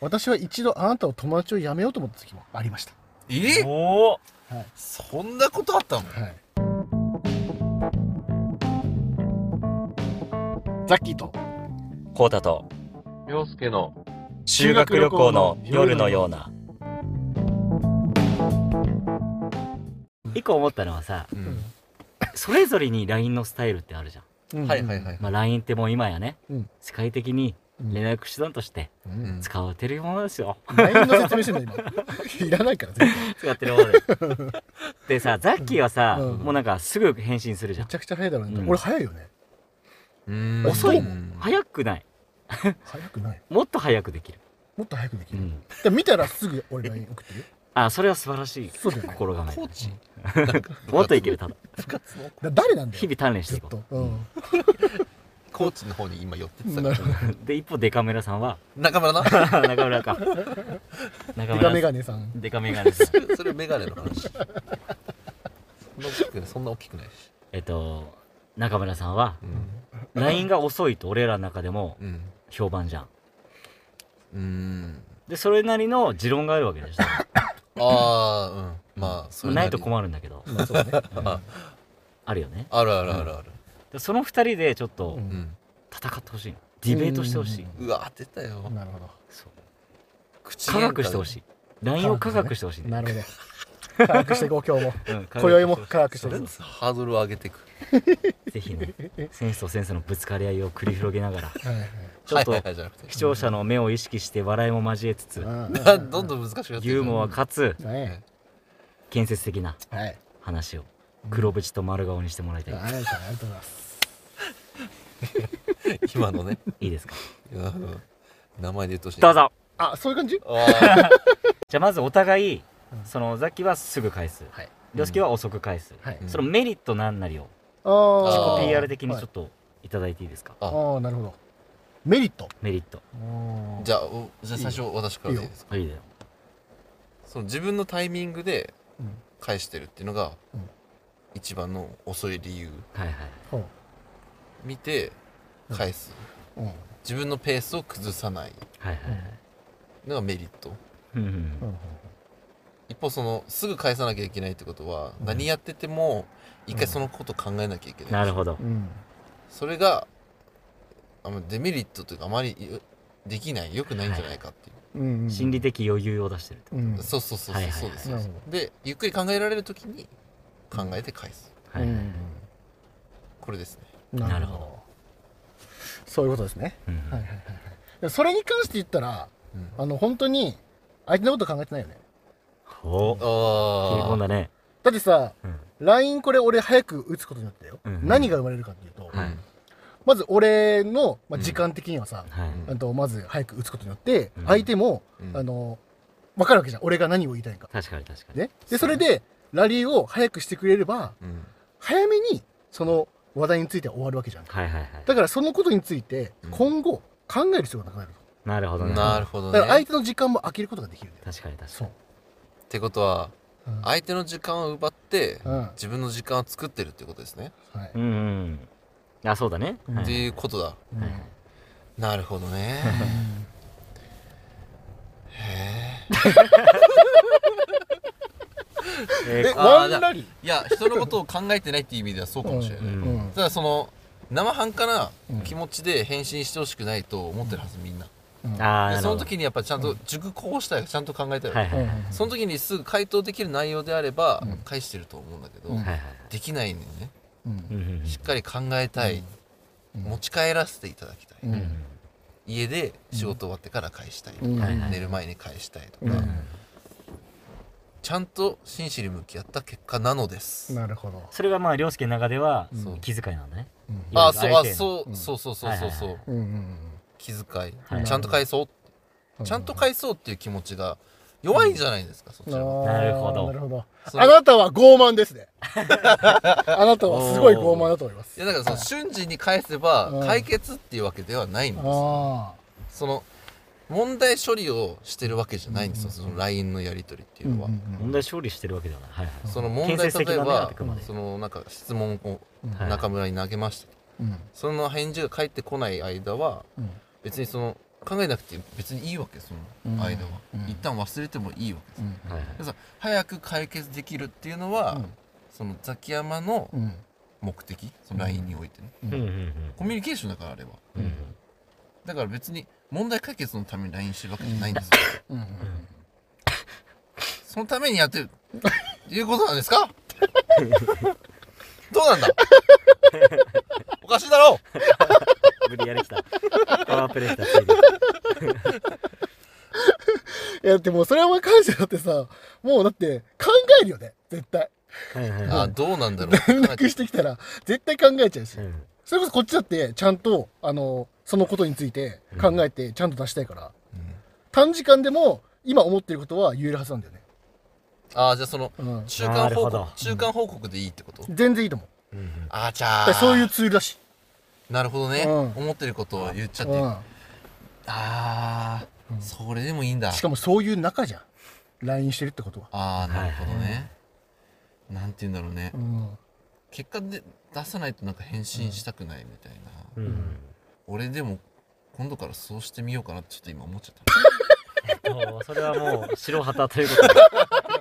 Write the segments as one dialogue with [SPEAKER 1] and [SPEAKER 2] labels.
[SPEAKER 1] 私は一度あなたを友達を辞めようと思った時もありました。
[SPEAKER 2] え
[SPEAKER 3] おお
[SPEAKER 2] そんなことあったの
[SPEAKER 1] はい。ザッキーと
[SPEAKER 3] コータと
[SPEAKER 4] 洋介の
[SPEAKER 3] 修学旅行の夜のような
[SPEAKER 5] 一個思ったのはさ
[SPEAKER 2] うん
[SPEAKER 5] それぞれに LINE のスタイルってあるじゃん、
[SPEAKER 2] はいはいはい。
[SPEAKER 5] まあ、LINE ってもう今やね、
[SPEAKER 1] うん
[SPEAKER 5] 世界的に連絡手段として
[SPEAKER 2] うん
[SPEAKER 5] 使われてるものですよ、
[SPEAKER 1] LINE の説明してんだ今いらないから絶対
[SPEAKER 5] 使ってるものででさザッキーはさ、
[SPEAKER 1] うん
[SPEAKER 5] もうなんかすぐ返信するじゃ
[SPEAKER 1] め
[SPEAKER 5] ん
[SPEAKER 1] ちゃくちゃ早いだろうね、
[SPEAKER 5] うん
[SPEAKER 1] 俺早いよね
[SPEAKER 2] うん
[SPEAKER 5] 遅い
[SPEAKER 2] うん
[SPEAKER 5] 早くない
[SPEAKER 1] 早くない
[SPEAKER 5] もっと早くできる、
[SPEAKER 1] もっと早くでき
[SPEAKER 5] う
[SPEAKER 1] る、だか
[SPEAKER 5] ん、
[SPEAKER 1] ら見たらすぐ俺 LINE 送ってるよ
[SPEAKER 5] あそれは素晴らしい
[SPEAKER 1] そうだよね
[SPEAKER 5] 心構え
[SPEAKER 2] コーチ
[SPEAKER 5] もっといけるただ
[SPEAKER 1] だ誰なんだよ
[SPEAKER 5] 日々鍛錬して
[SPEAKER 1] ず
[SPEAKER 5] い
[SPEAKER 1] っ、
[SPEAKER 5] こと
[SPEAKER 1] うん、
[SPEAKER 2] コーチの方に今寄ってってたか
[SPEAKER 1] な
[SPEAKER 2] ら
[SPEAKER 1] るほど
[SPEAKER 5] うで一方デカメラさんは
[SPEAKER 2] 中村な
[SPEAKER 5] 中村か中
[SPEAKER 1] メガメ
[SPEAKER 5] 村
[SPEAKER 1] ガネさん
[SPEAKER 5] デカメガネさん
[SPEAKER 2] それメガネの話そんな大きくないそんな大きくないし
[SPEAKER 5] えっと中村さんは
[SPEAKER 2] う
[SPEAKER 5] LINE が遅いと俺らの中でも
[SPEAKER 2] ん
[SPEAKER 5] 評判じゃん
[SPEAKER 2] うん
[SPEAKER 5] でそれなりの持論があるわけ でしょ
[SPEAKER 2] ああうんまあそれ
[SPEAKER 5] ないと
[SPEAKER 2] る
[SPEAKER 5] 困るんだけど
[SPEAKER 1] まあそうね
[SPEAKER 2] あ
[SPEAKER 5] あるよね
[SPEAKER 2] あるあるあるある
[SPEAKER 5] でその二人でちょっと
[SPEAKER 1] うん
[SPEAKER 2] うん
[SPEAKER 5] 戦ってほしいのディベートしてほしい
[SPEAKER 2] うんうわ出たよ
[SPEAKER 1] なるほど
[SPEAKER 5] そう
[SPEAKER 2] 口
[SPEAKER 5] 科学してほし
[SPEAKER 2] い
[SPEAKER 5] い LINE を科学してほしい
[SPEAKER 1] な
[SPEAKER 5] ね
[SPEAKER 1] るほど科学していこう今日も
[SPEAKER 5] うん科学
[SPEAKER 1] 今宵も科学して
[SPEAKER 2] そ
[SPEAKER 1] いこ
[SPEAKER 2] れ
[SPEAKER 1] う
[SPEAKER 2] ハードルを上げてく
[SPEAKER 5] ぜひねセンスとセンスのぶつかり合いを繰り広げながら
[SPEAKER 1] はいはい
[SPEAKER 5] ちょっと
[SPEAKER 2] はいはいはいじゃなくて
[SPEAKER 5] 視聴者の目を意識して笑いも交えつつ
[SPEAKER 1] うん
[SPEAKER 2] な どんどん難しくなってくる
[SPEAKER 5] ユーモアかつ
[SPEAKER 1] ね
[SPEAKER 5] 建設的な
[SPEAKER 1] はい
[SPEAKER 5] 話を黒縁と丸顔にしてもらいたい
[SPEAKER 1] ありがとうございます
[SPEAKER 2] 今のね
[SPEAKER 5] いいですか
[SPEAKER 2] うん名前で言ってほしい
[SPEAKER 5] どうぞ
[SPEAKER 1] あそういう感じ
[SPEAKER 2] あー
[SPEAKER 5] じゃあまずお互い
[SPEAKER 1] うん
[SPEAKER 5] そのザキはすぐ返す
[SPEAKER 1] はい
[SPEAKER 5] 涼介は遅く返す
[SPEAKER 1] はい
[SPEAKER 2] うん
[SPEAKER 5] そのメリットなんなりを
[SPEAKER 1] あー
[SPEAKER 2] 自己
[SPEAKER 5] PR 的にちょ
[SPEAKER 1] は
[SPEAKER 5] っといただいていいですか
[SPEAKER 1] いああなるほどメリット
[SPEAKER 5] メリット
[SPEAKER 2] じゃあ おじゃあ最初私からでいいですか
[SPEAKER 5] いいだよ
[SPEAKER 2] その自分のタイミングで
[SPEAKER 1] うん
[SPEAKER 2] 返してるっていうのが
[SPEAKER 1] うん
[SPEAKER 2] 一番の遅い理由
[SPEAKER 5] はいはい
[SPEAKER 1] ほう
[SPEAKER 2] 見て返す
[SPEAKER 1] うん
[SPEAKER 2] 自分のペースを崩さない
[SPEAKER 5] はいはいはい
[SPEAKER 2] のがメリット
[SPEAKER 5] うんうん
[SPEAKER 1] うん
[SPEAKER 2] 一方そのすぐ返さなきゃいけないってことは
[SPEAKER 1] うん
[SPEAKER 2] 何やってても一
[SPEAKER 1] う
[SPEAKER 2] 回
[SPEAKER 1] ん
[SPEAKER 2] そのこと考えなきゃいけない
[SPEAKER 5] なるほど
[SPEAKER 1] うん
[SPEAKER 2] それがあのデメリットというかあまりよできない良くないんじゃないかってい
[SPEAKER 1] うんう
[SPEAKER 2] う、
[SPEAKER 1] ん
[SPEAKER 5] 心理的余裕を出してるって
[SPEAKER 1] うん
[SPEAKER 2] そうそうそう
[SPEAKER 5] はい
[SPEAKER 2] そうそ
[SPEAKER 5] はいはい
[SPEAKER 2] うです、
[SPEAKER 1] なるほ
[SPEAKER 2] でゆっくり考えられる時に考えて返す
[SPEAKER 5] はいはいはい
[SPEAKER 2] これですね
[SPEAKER 1] うん
[SPEAKER 5] なるほど
[SPEAKER 1] そういうことですね
[SPEAKER 5] うん
[SPEAKER 1] はいはいはいはいそれに関して言ったら
[SPEAKER 2] うん
[SPEAKER 1] あの本当に相手のこと考えてないよね
[SPEAKER 5] ほう切り
[SPEAKER 2] あ
[SPEAKER 5] 込ん
[SPEAKER 2] あ
[SPEAKER 5] だね
[SPEAKER 1] だってさ
[SPEAKER 5] うん
[SPEAKER 1] LINE これ俺早く打つことによってよ、
[SPEAKER 5] うん
[SPEAKER 1] 何が生まれるかっていうと、
[SPEAKER 5] はい
[SPEAKER 1] まず俺の、まあ、
[SPEAKER 2] うん
[SPEAKER 1] 時間的にはさ、
[SPEAKER 5] はい
[SPEAKER 1] あとまず早く打つことによって
[SPEAKER 5] うん
[SPEAKER 1] 相手も、
[SPEAKER 2] うん
[SPEAKER 1] あの分かるわけじゃん俺が何を言いたいか、
[SPEAKER 5] 確かに確かに
[SPEAKER 1] ね、でそれでラリーを早くしてくれれば
[SPEAKER 2] うん
[SPEAKER 1] 早めにその話題については終わるわけじゃん
[SPEAKER 5] はいはいはい
[SPEAKER 1] だからそのことについて
[SPEAKER 2] うん
[SPEAKER 1] 今後考える必要がなくなる
[SPEAKER 5] なるほどね
[SPEAKER 2] なるほど
[SPEAKER 1] だから相
[SPEAKER 2] ね。
[SPEAKER 1] 手の時間も空けることができるんだよ
[SPEAKER 5] 確かに確か
[SPEAKER 1] そ
[SPEAKER 5] に
[SPEAKER 1] う、
[SPEAKER 2] ってことは
[SPEAKER 1] うん
[SPEAKER 2] 相手の時間を奪って
[SPEAKER 1] うんは
[SPEAKER 2] 自分の時間を作ってるってことですね。
[SPEAKER 1] い
[SPEAKER 5] うんうんあそうだねは
[SPEAKER 2] って
[SPEAKER 5] い
[SPEAKER 2] いうことだ。
[SPEAKER 1] うん
[SPEAKER 5] はい
[SPEAKER 2] なるほどね。へ
[SPEAKER 5] え
[SPEAKER 1] え
[SPEAKER 5] ー
[SPEAKER 1] ワンラリー
[SPEAKER 2] え。いや人のことを考えてないっていう意味ではそうかもしれ
[SPEAKER 5] う
[SPEAKER 2] ない。
[SPEAKER 5] ん
[SPEAKER 2] ただその生半可な
[SPEAKER 1] うん
[SPEAKER 2] 気持ちで返信してほしくないと思ってるはずみんな。
[SPEAKER 1] うん
[SPEAKER 5] あ
[SPEAKER 2] で
[SPEAKER 5] あ
[SPEAKER 2] その時にやっぱちゃんと熟考したいちゃんと考えた
[SPEAKER 5] はい
[SPEAKER 2] い。
[SPEAKER 5] はいはいはい
[SPEAKER 2] その時にすぐ回答できる内容であれば
[SPEAKER 1] うん
[SPEAKER 2] 返してると思うんだけど
[SPEAKER 1] うん
[SPEAKER 5] はい
[SPEAKER 2] できないんでね
[SPEAKER 1] うん
[SPEAKER 5] うんうんうん
[SPEAKER 2] しっかり考えたい
[SPEAKER 1] うん
[SPEAKER 2] 持ち帰らせていただきたい。
[SPEAKER 1] うん
[SPEAKER 5] うん
[SPEAKER 2] 家で仕事終わってから返したいとか、
[SPEAKER 1] うん
[SPEAKER 5] はいはい
[SPEAKER 2] 寝る前に返したいと
[SPEAKER 1] うん
[SPEAKER 2] か、ちゃんと真摯に向き合った結果なのです、
[SPEAKER 1] なるほど
[SPEAKER 5] それがまあ涼介の中では
[SPEAKER 2] そう
[SPEAKER 5] 気遣いなんだね
[SPEAKER 1] うん
[SPEAKER 5] い
[SPEAKER 2] あそう
[SPEAKER 5] 相
[SPEAKER 2] あ
[SPEAKER 5] 手への
[SPEAKER 2] そう、
[SPEAKER 1] うん
[SPEAKER 2] そうそうそうそうそう、
[SPEAKER 5] はいはい
[SPEAKER 1] うんうん
[SPEAKER 2] 気遣い、
[SPEAKER 5] はい
[SPEAKER 2] ちゃんと返そう、
[SPEAKER 1] うん
[SPEAKER 2] ちゃんと返そうっていう気持ちが弱いんじゃないですか、そちらは
[SPEAKER 1] な
[SPEAKER 5] な
[SPEAKER 1] る
[SPEAKER 5] る
[SPEAKER 1] ほ
[SPEAKER 5] ほ
[SPEAKER 1] ど
[SPEAKER 5] ど
[SPEAKER 1] なるほど
[SPEAKER 2] その
[SPEAKER 1] あなたは傲慢です ねあなたはすごい傲慢だと思いま
[SPEAKER 2] い
[SPEAKER 1] す
[SPEAKER 2] やだからその瞬時に返せ
[SPEAKER 1] う
[SPEAKER 2] ば
[SPEAKER 1] ん
[SPEAKER 2] 解決っていうわけではないんです、
[SPEAKER 1] あ
[SPEAKER 2] その問題処理をしてるわけじゃないんですよ、その LINE のやり取りって
[SPEAKER 1] あ
[SPEAKER 2] いうのは、
[SPEAKER 5] 問題処理してるわけではないはいはい
[SPEAKER 2] その問題
[SPEAKER 5] 建設的
[SPEAKER 2] 例え
[SPEAKER 5] だね
[SPEAKER 2] ば
[SPEAKER 5] あくまで
[SPEAKER 2] そのなんか質問を
[SPEAKER 5] はい
[SPEAKER 2] 中村に投げました
[SPEAKER 1] うん
[SPEAKER 2] その返事が返ってこない間は
[SPEAKER 1] うん
[SPEAKER 2] 別にその考えなくて別にいいわけそ
[SPEAKER 4] うん
[SPEAKER 2] の間は、
[SPEAKER 4] うん
[SPEAKER 2] 一旦忘れてもいいわけです、
[SPEAKER 4] うん
[SPEAKER 5] はいはい
[SPEAKER 2] 早く解決できるっていうのは、
[SPEAKER 4] うん
[SPEAKER 2] そのザキヤマの
[SPEAKER 4] うん
[SPEAKER 2] 目的その LINE においてね、
[SPEAKER 4] うん
[SPEAKER 5] うんうん
[SPEAKER 2] コミュニケーションだからあれは
[SPEAKER 5] うんうん
[SPEAKER 2] だから別に問題解決のために LINE してるわけじゃないんですよ、
[SPEAKER 4] うん
[SPEAKER 2] そのためにやってるいうことなんで すかどうなんだおかしいだろう
[SPEAKER 5] 無理やりきたパワープレイしたついで
[SPEAKER 1] いや、でもそれは感謝だってさ、もうだって考えるよね、絶対。
[SPEAKER 5] はいはい
[SPEAKER 2] あ
[SPEAKER 5] は
[SPEAKER 2] どうなんだ ろう
[SPEAKER 1] 連絡してきたら、絶対考えちゃうし
[SPEAKER 5] い。うん
[SPEAKER 1] それこそこっちだって、ちゃんと、あの、そのことについて考えて、ちゃんと出したいから、
[SPEAKER 2] うん
[SPEAKER 1] 短時間でも、今思ってることは言えるはずなんだよね。
[SPEAKER 2] ああじゃあその
[SPEAKER 1] うん。
[SPEAKER 2] 中間
[SPEAKER 5] なる
[SPEAKER 2] 報
[SPEAKER 5] ほど
[SPEAKER 2] 告中間報告でいいってこと、
[SPEAKER 1] 全然いいと思う。
[SPEAKER 5] うんうん
[SPEAKER 2] ああじゃ
[SPEAKER 1] だ
[SPEAKER 2] あ
[SPEAKER 1] からそういうツールだし。
[SPEAKER 2] なるほどね、
[SPEAKER 1] う
[SPEAKER 2] 思ってることを言っちゃって、あ
[SPEAKER 1] う
[SPEAKER 2] あー、
[SPEAKER 1] うん
[SPEAKER 2] それでもいいんだ
[SPEAKER 1] ん。しかもそういう仲じゃん。LINE してるってことは。
[SPEAKER 2] ああなるほどね、なんて言うんだろうね、
[SPEAKER 1] うん。
[SPEAKER 2] 結果で出さないとなんか返信したくないみたいな、
[SPEAKER 5] うんうん
[SPEAKER 2] 俺でも今度からそうしてみようかなってちょっと今思っちゃっ
[SPEAKER 5] おーそれはもう白旗ということで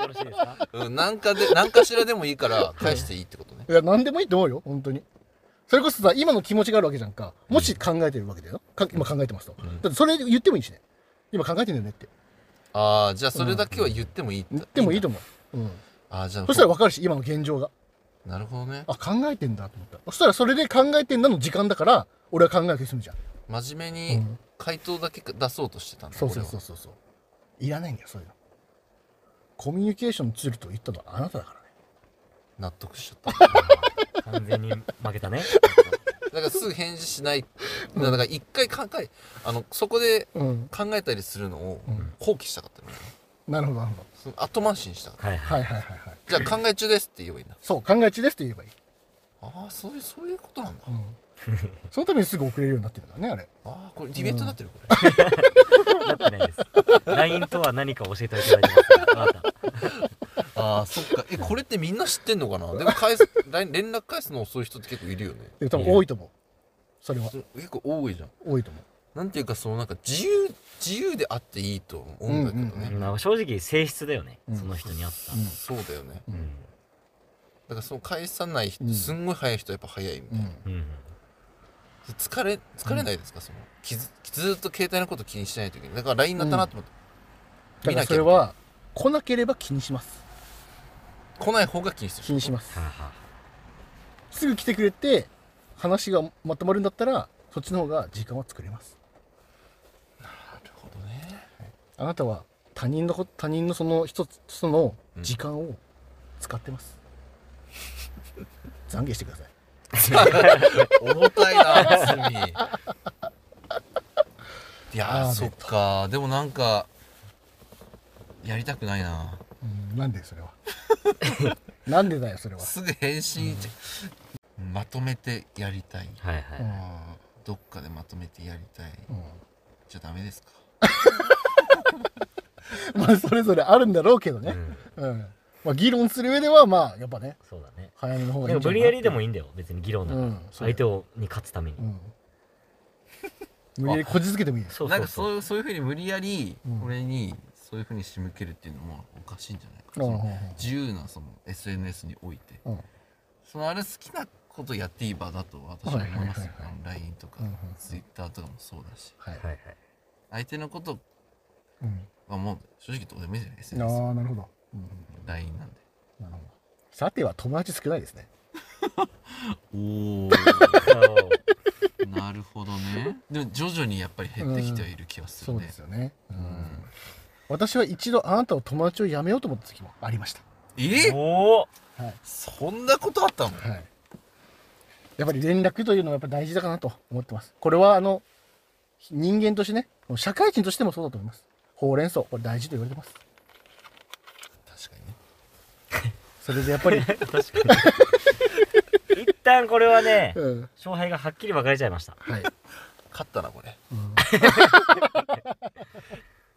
[SPEAKER 5] よろしいですか
[SPEAKER 2] た、うん、なんかで 何かしらでもいいから返していいってことね
[SPEAKER 1] いや、なんでもいいと思うよ、本当に。それこそさ、今の気持ちがあるわけじゃんか。もし考えてるわけだよ。か今考えてますと。
[SPEAKER 2] ん
[SPEAKER 1] だってそれ言ってもいいしね。今考えてんだよねって。
[SPEAKER 2] ああじゃあそれだけは言ってもいいって、
[SPEAKER 1] 言ってもいいと思う。うん。
[SPEAKER 2] ああじゃあ
[SPEAKER 1] そしたら分かるし、今の現状が。
[SPEAKER 2] なるほどね
[SPEAKER 1] あ、考えてんだと思った。そしたらそれで考えてんだの時間だから、俺は考えなくて済むじゃん。
[SPEAKER 2] 真面目に
[SPEAKER 1] うん
[SPEAKER 2] 回答だけ出そうとしてたんだ、
[SPEAKER 1] そうそう
[SPEAKER 2] 俺
[SPEAKER 1] そう
[SPEAKER 2] は
[SPEAKER 1] そうそう。いらないんだよ、そういうの。コミュニケーションのツールと言ったのはあなただからね。
[SPEAKER 2] 納得しち ゃった
[SPEAKER 5] 完全に負けたね
[SPEAKER 2] だからすぐ返事しない。だから一回考え、あの、そこで
[SPEAKER 1] うん。
[SPEAKER 2] 考えたりするのを
[SPEAKER 1] うん
[SPEAKER 2] 放棄したかったのよ。
[SPEAKER 1] なるほど、なるほど。
[SPEAKER 2] その後回しにしたかっ
[SPEAKER 5] はい
[SPEAKER 1] は
[SPEAKER 5] はい
[SPEAKER 1] いはいはいはい。
[SPEAKER 2] た。じゃあ考え中ですって言えばいいんだ。
[SPEAKER 1] そう、考え中ですって言えばいい。
[SPEAKER 2] ああ、そういう、そういうことなんだ。
[SPEAKER 1] う
[SPEAKER 2] あ
[SPEAKER 1] ん。そのためにすぐ送れるようになってるからね、あれ。
[SPEAKER 2] あ、これディベートになってるこれ。
[SPEAKER 5] なってないです LINE とは何か教えていただいてますかあなた
[SPEAKER 2] ああ、そっか。え、これってみんな知ってんのかなでも返す、 ライン連絡返すの遅い人って結構いるよね。
[SPEAKER 1] でも多分多いと思う。それは
[SPEAKER 2] そ結構多いじゃん。
[SPEAKER 1] 多いと思う。
[SPEAKER 2] なんていうか、そのなんか自由、自由であっていいと思うんだけどね。
[SPEAKER 1] うん
[SPEAKER 5] まあ正直性質だよね、
[SPEAKER 4] うん
[SPEAKER 5] その人に合った、
[SPEAKER 4] うん
[SPEAKER 2] そうだよね。
[SPEAKER 4] う
[SPEAKER 5] うんん
[SPEAKER 2] だからその返さない人、
[SPEAKER 4] うん
[SPEAKER 2] すんごい早い人はやっぱ早いみたいな。
[SPEAKER 5] うん
[SPEAKER 2] 疲れ疲れないですか、そのきずずっと携帯のこと気にしないといけないだから LINE 鳴ったなと思って、
[SPEAKER 1] だ
[SPEAKER 2] 見
[SPEAKER 1] か
[SPEAKER 2] な
[SPEAKER 1] ら
[SPEAKER 2] き
[SPEAKER 1] そ
[SPEAKER 2] ゃ
[SPEAKER 1] れは、来なければ気にします。
[SPEAKER 2] 来ない方が気にす
[SPEAKER 1] 気
[SPEAKER 2] る
[SPEAKER 1] にします。
[SPEAKER 5] はあは
[SPEAKER 1] すぐ来てくれて話がまとまるんだったらそっちの方が時間は作れます
[SPEAKER 2] なるほどね
[SPEAKER 1] あなたは他人のこ他人のその一つその
[SPEAKER 2] うん
[SPEAKER 1] 時間を使ってます、懺悔してください
[SPEAKER 2] 重たいな罪いやー
[SPEAKER 1] あー
[SPEAKER 2] そっかでもなんかやりたくないな
[SPEAKER 1] うんなんでそれは なんでだよそれ は
[SPEAKER 2] すぐ返信、まとめてやりたい
[SPEAKER 5] あはいはい、
[SPEAKER 2] どっかでまとめてやりたい
[SPEAKER 1] うん
[SPEAKER 2] じゃダメですか
[SPEAKER 1] うんまあそれぞれあるんだろうけど
[SPEAKER 5] う
[SPEAKER 1] ね、
[SPEAKER 5] ん
[SPEAKER 1] うんまあ、議論する上ではまあやっぱね
[SPEAKER 5] そうだね
[SPEAKER 1] 早めの方がい
[SPEAKER 5] で
[SPEAKER 1] い
[SPEAKER 5] も
[SPEAKER 1] んじゃ
[SPEAKER 5] 無
[SPEAKER 1] ない
[SPEAKER 5] 理やりでもいいんだよ別に議論だから、
[SPEAKER 1] うんそうだよ
[SPEAKER 5] 相手をに勝つために、
[SPEAKER 1] うん、無理やりこじつけてもいいです
[SPEAKER 5] そう
[SPEAKER 2] な
[SPEAKER 5] そ
[SPEAKER 2] ん
[SPEAKER 5] う
[SPEAKER 2] かそう
[SPEAKER 5] そう
[SPEAKER 2] いうそういうふうに無理やり
[SPEAKER 1] うん
[SPEAKER 2] 俺にそういうふうに仕向けるっていうのもおかしいんじゃないか、
[SPEAKER 1] うん
[SPEAKER 2] その
[SPEAKER 1] うん
[SPEAKER 2] 自由なその SNS において、
[SPEAKER 1] うん
[SPEAKER 2] そのあれ好きなことやっていい場だと私は思います
[SPEAKER 1] はいは
[SPEAKER 2] よ、
[SPEAKER 1] いはいはい
[SPEAKER 2] あの LINE とか
[SPEAKER 1] うんうん
[SPEAKER 2] Twitter とかもそうだし
[SPEAKER 1] はい、
[SPEAKER 5] はいはい
[SPEAKER 2] 相手のこと
[SPEAKER 1] うん、
[SPEAKER 2] はもう正直どうでもいいじゃない
[SPEAKER 1] ああなるほど、うん
[SPEAKER 2] SNSLINE なんで
[SPEAKER 1] なるほどさては友達少ないですね
[SPEAKER 2] おお
[SPEAKER 5] そう
[SPEAKER 2] なるほどねでも徐々にやっぱり減ってきてはいる気はするね、
[SPEAKER 1] よね、うん
[SPEAKER 2] うん
[SPEAKER 1] 私は一度あなたを友達を辞めようと思った時もありました、
[SPEAKER 2] え
[SPEAKER 5] おお
[SPEAKER 2] そんなことあったの
[SPEAKER 1] はい、やっぱり連絡というのはやっぱ大事だかなと思ってますこれはあの人間としてね社会人としてもそうだと思いますほうれん草これ大事と言われてます
[SPEAKER 2] 確かにね
[SPEAKER 1] それでやっぱり、
[SPEAKER 5] 確かに一旦これはね
[SPEAKER 1] うん、
[SPEAKER 5] 勝敗がはっきり分かれちゃいました
[SPEAKER 1] はい、
[SPEAKER 2] 勝ったなこれ
[SPEAKER 1] うん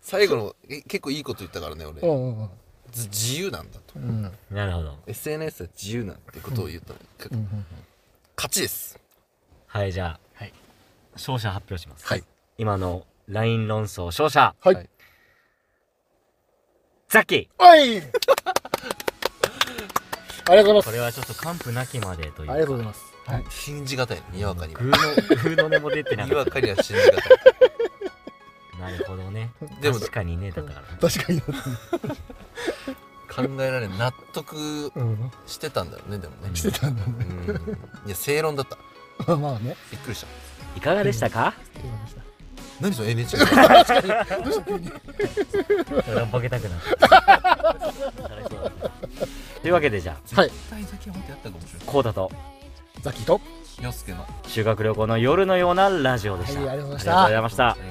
[SPEAKER 2] 最後のえ結構いいこと言ったからね俺、
[SPEAKER 1] うんうん
[SPEAKER 2] ず自由なんだと
[SPEAKER 1] うんうんうん
[SPEAKER 5] なるほど
[SPEAKER 2] SNS は自由なんてことを言ったの、か
[SPEAKER 1] うんうん
[SPEAKER 2] 勝ちです
[SPEAKER 5] はいじゃ
[SPEAKER 1] は
[SPEAKER 5] あ、
[SPEAKER 1] い
[SPEAKER 5] 勝者発表します、
[SPEAKER 2] はい
[SPEAKER 5] 今のライン論争勝者、
[SPEAKER 1] はい
[SPEAKER 2] はい
[SPEAKER 5] ザキ
[SPEAKER 1] はい ありがとうござ
[SPEAKER 5] こ
[SPEAKER 1] い
[SPEAKER 5] れ
[SPEAKER 1] ます
[SPEAKER 5] はちょっと完膚なきまでという
[SPEAKER 1] あ
[SPEAKER 5] か
[SPEAKER 1] りがとうございますはい
[SPEAKER 2] 信じがたいにわかには
[SPEAKER 5] グーのグーの根も出て な
[SPEAKER 2] に
[SPEAKER 5] かっ
[SPEAKER 2] わ
[SPEAKER 5] た
[SPEAKER 2] かには信じがたい
[SPEAKER 5] なるほどね
[SPEAKER 2] でも
[SPEAKER 5] 確かにねだから
[SPEAKER 1] 確かに、
[SPEAKER 2] 考えられない納得
[SPEAKER 1] うん、
[SPEAKER 2] してたんだよねでもね
[SPEAKER 1] してたんだね
[SPEAKER 2] うんいや正論だった
[SPEAKER 1] まあまあね
[SPEAKER 2] びっくりした
[SPEAKER 5] いかがでしたか
[SPEAKER 1] わかりました
[SPEAKER 2] 何その NHK は
[SPEAKER 5] それはボケたくなった楽しそうだった というわけでじゃあ
[SPEAKER 1] はい
[SPEAKER 2] 大だけ本当やったかもしれない
[SPEAKER 5] コータと
[SPEAKER 1] ザキと
[SPEAKER 2] 洋介の
[SPEAKER 5] 修学旅行の夜のようなラジオでした、
[SPEAKER 1] はいありがとうございました
[SPEAKER 5] ありがとうございました
[SPEAKER 2] ありがとうございました